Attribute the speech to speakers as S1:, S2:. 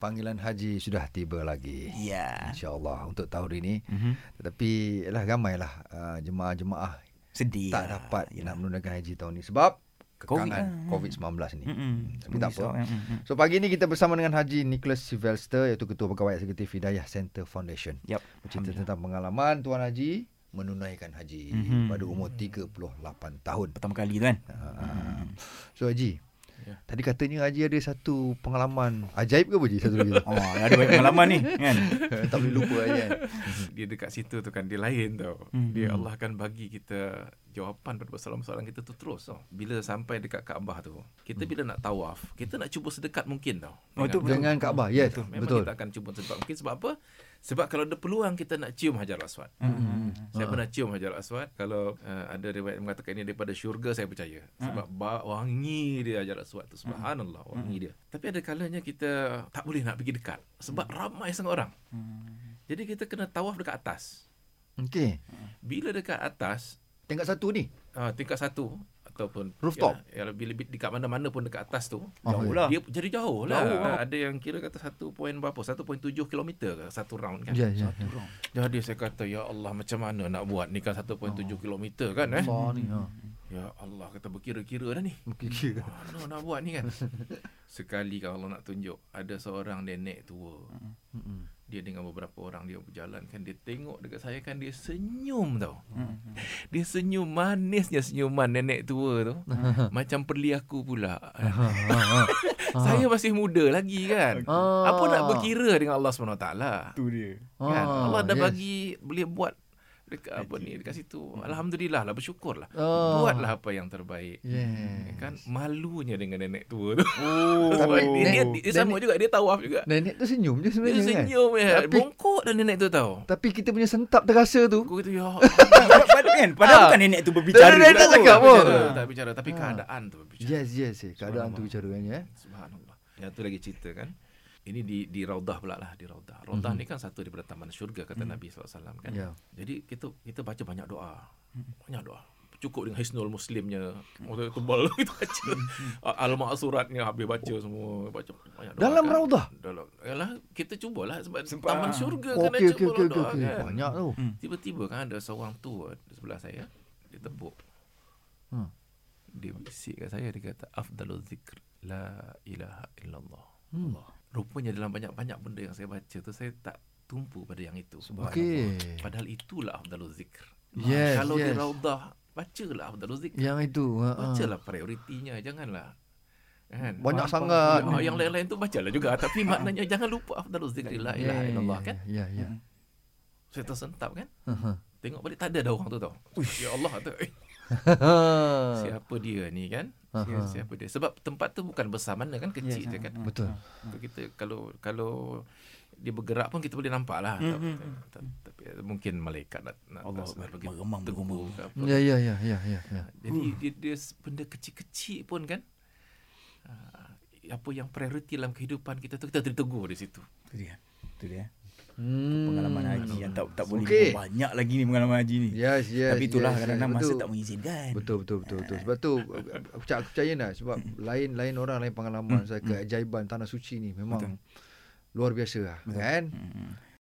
S1: Panggilan haji sudah tiba lagi.
S2: Ya.
S1: InsyaAllah untuk tahun ini.
S2: Mhm.
S1: Tetapi yalah, ramailah uh, jemaah-jemaah
S2: Sedih.
S1: tak
S2: lah.
S1: dapat
S2: Ya.
S1: nak menunaikan haji tahun ini sebab kekangan
S2: lah.
S1: COVID-19 ni. Hmm,
S2: Mm-mm.
S1: Tapi tak
S2: Risau,
S1: apa.
S2: mm, mm, mm.
S1: So pagi ni kita bersama dengan Haji Nicholas Sylvester iaitu Ketua Pegawai Eksekutif Hidayah Center Foundation.
S2: Yap.
S1: Bercerita tentang pengalaman Tuan Haji menunaikan haji
S2: Mhm.
S1: pada umur 38 tahun.
S2: Pertama kali tu kan.
S1: Ah. So Haji,
S3: Ya.
S1: tadi katanya Haji ada satu pengalaman ajaib ke apa Haji satu lagi? tu?
S2: Oh, ada banyak pengalaman ni kan.
S1: tak boleh lupa Haji kan.
S3: dia dekat situ tu kan dia lain tau.
S2: Hmm.
S3: Hmm. Dia Allah akan bagi kita jawapan pada persoalan-persoalan kita tu terus tau. Bila sampai dekat Kaabah tu, kita bila nak tawaf, kita nak cuba sedekat mungkin tau.
S2: Oh, tu betul.
S1: Dengan Kaabah. Yes,
S3: betul. Memang
S1: betul.
S3: kita akan cuba sedekat mungkin sebab apa? Sebab kalau ada peluang kita nak cium Hajar Aswad.
S1: Mm-hmm.
S2: Mm-mm.
S1: Ah.
S3: Saya pernah cium Hajar Aswad. Kalau uh, ada riwayat yang mengatakan ini daripada syurga saya percaya. Sebab ba- wangi dia Hajar Aswad tu subhanallah wangi dia. Tapi ada kalanya kita tak boleh nak pergi dekat sebab ramai sangat orang. Jadi kita kena tawaf dekat atas.
S1: Okey.
S3: Bila dekat atas
S1: Tingkat satu ni.
S3: uh, tingkat satu ataupun
S1: Rooftop.
S3: ya, ya, bila bila- dekat mana-mana pun dekat atas tu
S2: Jauh
S1: Okey.
S2: lah.
S3: dia jadi jauh lah.
S2: Jauh lah.
S3: Ada yang kira kata 1. berapa? 1.7 kilometer ke satu round kan.
S1: Ya, ya. ya.
S3: Jadi saya kata ya Allah macam mana nak buat ni kan 1.7 kilometer kan eh.
S1: Besar ni. Ha.
S3: Ya Allah kata berkira-kira dah ni.
S1: Mungkin kira.
S3: Mana nak buat ni kan. Sekali kalau Allah nak tunjuk ada seorang nenek tua.
S1: Mm-mm.
S3: Dia dengan beberapa orang dia berjalan kan dia tengok dekat saya kan dia senyum tau. Dia senyum manisnya senyuman nenek tua tu. Macam perli aku pula.
S1: Ha, ha, ha.
S3: Saya masih muda lagi kan.
S1: Ah.
S3: Apa nak berkira dengan Allah SWT?
S2: Tu dia.
S3: Kan?
S1: Ah,
S3: Allah dah
S1: yes.
S3: bagi boleh buat dekat apa ni dekat situ. Alhamdulillah lah bersyukurlah.
S1: Ah.
S3: Buatlah apa yang terbaik.
S1: Yes.
S3: Kan malunya dengan nenek tua tu.
S2: Oh.
S3: Sebab dia, dia, dia, dia sama juga dia tawaf juga.
S1: Nenek tu senyum je
S3: Dia
S1: sebenarnya kan.
S3: senyum ya.
S1: Tapi-
S3: Bongkok dah nenek tu tau.
S1: Tapi kita punya sentap terasa tu.
S3: Aku kata ya.
S2: Padahal kan, padahal
S1: Ah.
S2: bukan nenek tu berbicara.
S1: Nenek tak
S2: pula tu.
S1: cakap pun. Ah.
S3: bicara, tak bicara tapi keadaan tu berbicara.
S1: Yes, yes. yes. Keadaan tu bicaranya eh.
S3: Subhanallah. Yang tu lagi cerita kan. Ini di di Raudah pula lah, di Raudah. Raudah ni kan satu daripada taman syurga kata Nabi SAW
S1: Hmm.
S3: kan.
S1: Ya. Hmm.
S3: Jadi kita kita baca banyak doa. Banyak doa. Cukup dengan Hisnul Muslimnya. Waktu itu tebal kita baca.
S1: Hmm.
S3: Al-Ma'suratnya habis baca semua. Baca banyak doa.
S1: Dalam
S3: kan.
S1: Raudah?
S3: Dalam. Yalah, kita cubalah sebab
S2: Sempat,
S3: taman
S2: ah.
S3: syurga kena
S1: Oh, Okey, okey,
S3: cuba
S1: okey, okey.
S3: okay, doa
S1: okey.
S3: kan.
S1: Banyak tu.
S2: Hmm.
S3: Tiba-tiba kan ada seorang tua di sebelah saya. Dia tepuk.
S1: Hmm.
S3: Dia bisik kat saya dia kata afdalul zikr la ilaha illallah.
S1: Hmm.
S3: Allah. Rupanya dalam banyak-banyak benda yang saya baca tu saya tak tumpu pada yang itu.
S1: Okey.
S3: Padahal itulah afdalul zikr. Ah,
S1: Yes,
S3: Kalau di
S1: yes.
S3: raudah bacalah afdalul zikr.
S1: Yang itu. Ha, ha.
S3: Bacalah prioritinya janganlah Kan?
S1: Banyak
S3: Faham-
S1: sangat. Oh,
S3: faham- yang lain-lain tu bacalah juga tapi maknanya jangan lupa afdalul zikri la ilaha
S1: Ya,
S3: illallah
S1: ya,
S3: kan.
S1: Ya, ya.
S3: Saya tersentap kan.
S1: Ha, ha.
S3: Tengok balik tak ada dah orang tu tau. Ya Allah tu. Eh, siapa dia ni kan?
S1: Ah. Aha.
S3: Siapa dia? Sebab tempat tu bukan besar mana kan kecil
S2: Yes,
S3: je kan.
S2: ah, ah.
S1: Betul.
S3: So, kita kalau kalau dia bergerak pun kita boleh nampak lah.
S2: Mm,
S3: Tak- tak- Tapi mungkin malaikat nak nak
S2: Allah
S3: tak senang pergi
S2: meremang
S3: tegur
S2: bergumam.
S3: ke apa.
S1: Ya, ya, ya, ya, ya. ya.
S3: Jadi dia, dia s- benda kecil-kecil pun kan. ah, apa yang prioriti dalam kehidupan kita tu kita tertegur di situ.
S2: Tu dia. Tu dia.
S1: Hmm.
S2: Pengalaman haji yang tak tak boleh
S1: Okey.
S2: banyak lagi ni pengalaman haji ni.
S1: Yes, yes.
S2: Tapi itulah
S1: yes,
S2: kadang-kadang
S1: yes.
S2: masa
S1: Betul.
S2: tak kan? mengizinkan.
S1: Betul betul betul betul. Sebab tu aku percaya, aku percaya lah sebab
S2: Hmm.
S1: lain-lain orang lain pengalaman saya keajaiban tanah suci ni memang luar biasa lah kan.
S2: Hmm.